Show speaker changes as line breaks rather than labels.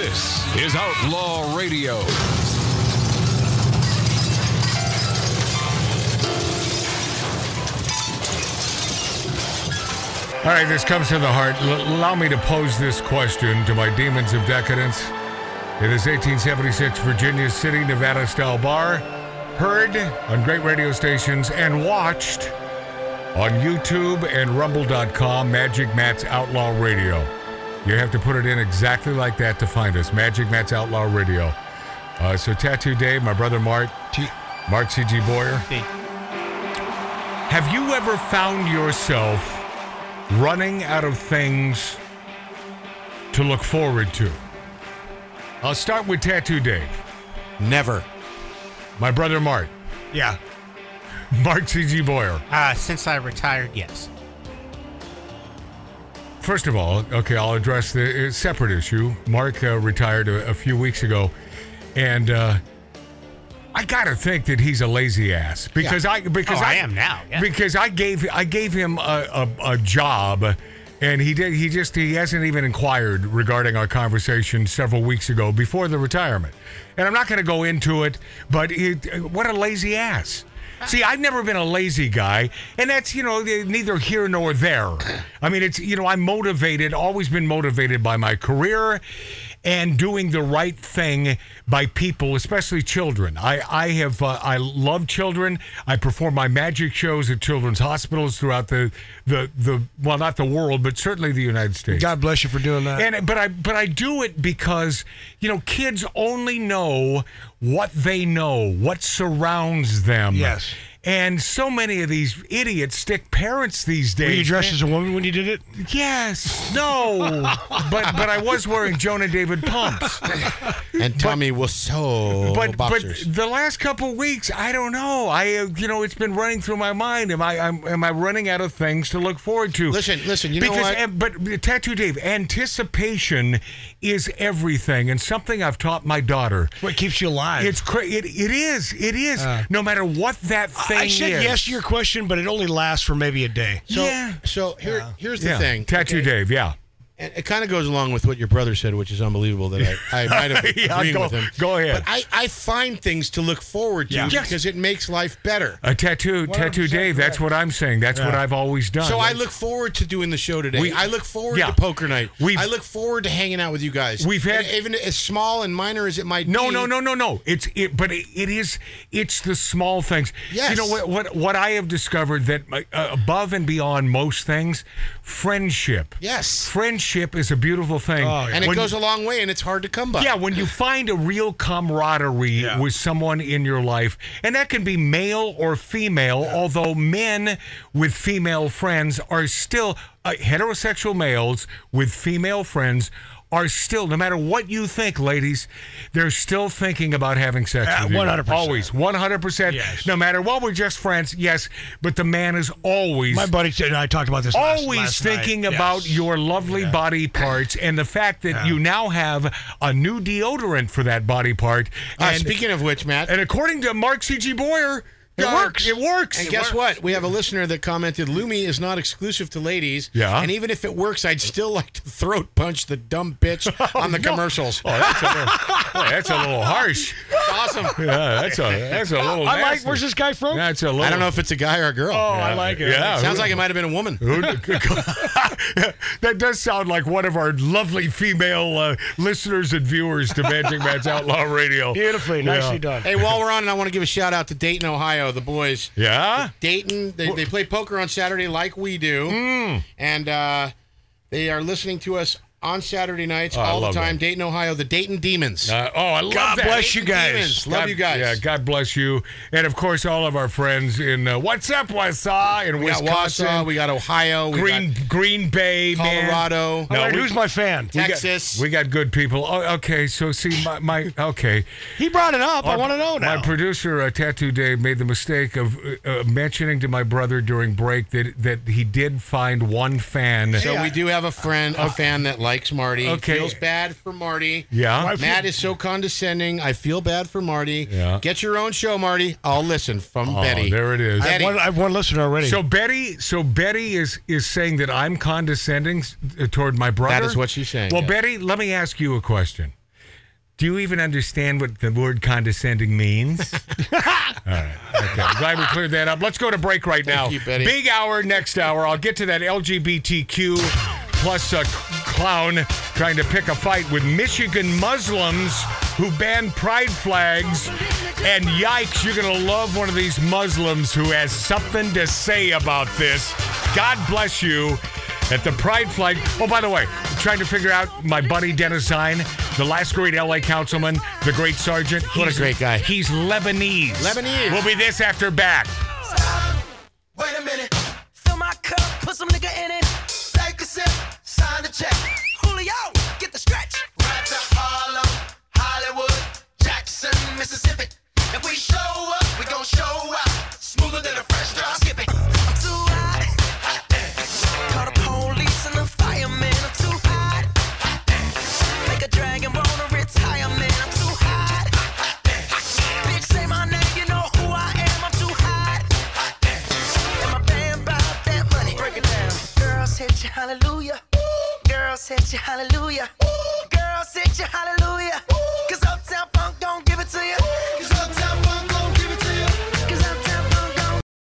is Outlaw Radio.
All right, this comes from the heart. L- allow me to pose this question to my demons of decadence. It is 1876 Virginia City, Nevada style bar, heard on great radio stations and watched on YouTube and rumble.com, Magic Matt's Outlaw Radio. You have to put it in exactly like that to find us, Magic Matt's Outlaw Radio. Uh, so, Tattoo Dave, my brother Mart, G- Mart C.G. Boyer. Have you ever found yourself running out of things to look forward to? I'll start with Tattoo Dave,
Never.
my brother Mart,
Yeah.
Mart C.G. Boyer.
Uh, since I retired, yes.
First of all, okay, I'll address the uh, separate issue. Mark uh, retired a, a few weeks ago, and uh, I gotta think that he's a lazy ass because I because
Oh, I am now, yeah.
because I gave I gave him a, a, a job, and he did he just he hasn't even inquired regarding our conversation several weeks ago before the retirement, and I'm not gonna go into it, but it, what a lazy ass.
Ah.
See, I've never been a lazy guy, and that's you know neither here nor there. I mean, it's you know I'm motivated, always been motivated by my career and doing the right thing by people, especially children. I I have uh, I love children. I perform my magic shows at children's hospitals throughout the the the well not the world, but certainly the United States.
God bless you for doing that.
And but I but I do it because you know kids only know what they know, what surrounds them.
Yes.
And so many of these idiots stick parents these days.
Were you dressed as a woman when you did it?
Yes. No. but but I was wearing Jonah David pumps.
And Tommy was so
But
boxers.
but the last couple weeks, I don't know. I uh, you know it's been running through my mind. Am I I'm, am I running out of things to look forward to?
Listen, listen, you know
because,
what?
uh, But tattoo Dave, anticipation is everything, and something I've taught my daughter.
What keeps you alive?
It's cra- it, it is it is no matter what that thing
I said
is.
yes to your question, but it only lasts for maybe a day.
so,
yeah.
so here, here's the
yeah.
thing.
tattoo
okay?
Dave. Yeah.
And it kind of goes along with what your brother said, which is unbelievable that I, I might have agreed
Yeah, go-
with him.
go ahead.
But I, I find things to look forward to
Yeah.
Yes.
because it makes life better.
A tattoo, tattoo
100%
Dave. That's what I'm saying. That's what I've always done.
So I look forward to doing the show today.
We-
I look forward
yeah.
to poker night.
We've-
I look forward to hanging out with you guys.
We've had-
And even as small and minor as it might
No,
be.
no, no, no, no. It's it, but it, it is. It's the small things. You
Yes.
know what? What what I have discovered that uh, above and beyond most things, friendship.
Yes.
Friendship is a beautiful thing.
Oh, yeah.
And it
When-
goes a long way, and it's hard to come by.
yeah, when you find a real camaraderie
Yeah.
with someone in your life, and that can be male or female, although men with female friends are still uh, heterosexual males with female friends are still no matter what you think ladies they're still thinking about having sex
Uh,
with you
100%.
always 100%
Yes.
no matter what we're just friends yes but the man is always
My buddy said, and I talked about this. last-
always
last night.
thinking
Yes.
about your lovely body parts and the fact that you now have a new deodorant for that body part.
Uh,
and,
speaking of which, Matt,
and according to Mark C.G. Boyer,
It
uh,
works.
It works.
And guess what? We have a listener that commented, Lumi is not exclusive to ladies.
Yeah.
And even if it works, I'd still like to throat punch the dumb bitch on the commercials.
Oh, that's a little, boy, that's a little harsh.
awesome.
Yeah, that's a that's a little.
I like.
nasty.
Where's this guy from?
That's a little.
I don't know if it's a guy or a girl.
Oh, I like it.
Yeah.
Sounds like it might have been a woman.
Who- that does sound like one of our lovely female uh, listeners and viewers to Magic Matt's Outlaw Radio.
Beautifully, nicely
Yeah.
done.
Hey, while we're on, it, I want to give a shout out to Dayton, Ohio, the boys.
Yeah.
Dayton, they, they play poker on Saturday like we do.
Mm.
And uh, they are listening to us on Saturday nights
Oh, I
all the
love
time.
that.
Dayton, Ohio, the Dayton Demons.
Uh, oh, I love
God
that.
bless you guys.
Demons. Love
God-
you guys.
Yeah, God bless you, and of course all of our friends in uh, what's up, Wausau in
we got
Wisconsin,
Wausau, we got Ohio, we
Green
got
Green Bay, man.
Colorado.
All
No,
right,
we-
who's my fan?
We got-
Texas.
We got good people. Oh, okay, so see my, my okay.
He brought it up. I
Our-
want to know now.
My producer, uh, Tattoo Dave, made the mistake of uh, uh, mentioning to my brother during break that that he did find one fan.
So we do have a friend, a fan that likes Marty.
Okay.
Feels bad for Marty.
yeah.
My-
Matt is so condescending. I feel bad for Marty.
Yeah.
Get your own show, Marty. I'll listen from
Oh,
Betty.
there it is.
I have,
Betty.
one, I have one listener already.
So Betty, so Betty is is saying that I'm condescending s- toward my brother.
is what she's saying,
Well,
yes.
Betty, let me ask you a question. Do you even understand what the word condescending means? All right. Okay. I'm glad we cleared that up. Let's go to break right now.
you, Betty.
Big hour next hour. I'll get to that LGBTQ plus a clown trying to pick a fight with Michigan Muslims who ban pride flags. And yikes, you're going to love one of these Muslims who has something to say about this. God bless you at the Pride flag. Oh, by the way, I'm trying to figure out my buddy Dennis Zine, the last great LA councilman, the great sergeant.
What a great guy.
He's Lebanese.
Lebanese.
We'll be this after back.
Wait a minute. Fill my cup, put some nigga in it. Take a sip, sign the check. Julio, get the stretch. Right to Harlem, Hollywood, Jackson, Mississippi. If we show up, we gon' show up. Smoother than a fresh drop. Skip it. I'm too hot. Hot ass. Call the police and the firemen. I'm too hot. Hot ass. Make a dragon wanna retire, man. I'm too hot. Hot ass. Bitch, say my name, you know who I am. I'm too hot. Hot ass. And my band bought that money. Break it down. Girls hit you, hallelujah. Girls hit you, hallelujah. Girls hit you, hallelujah.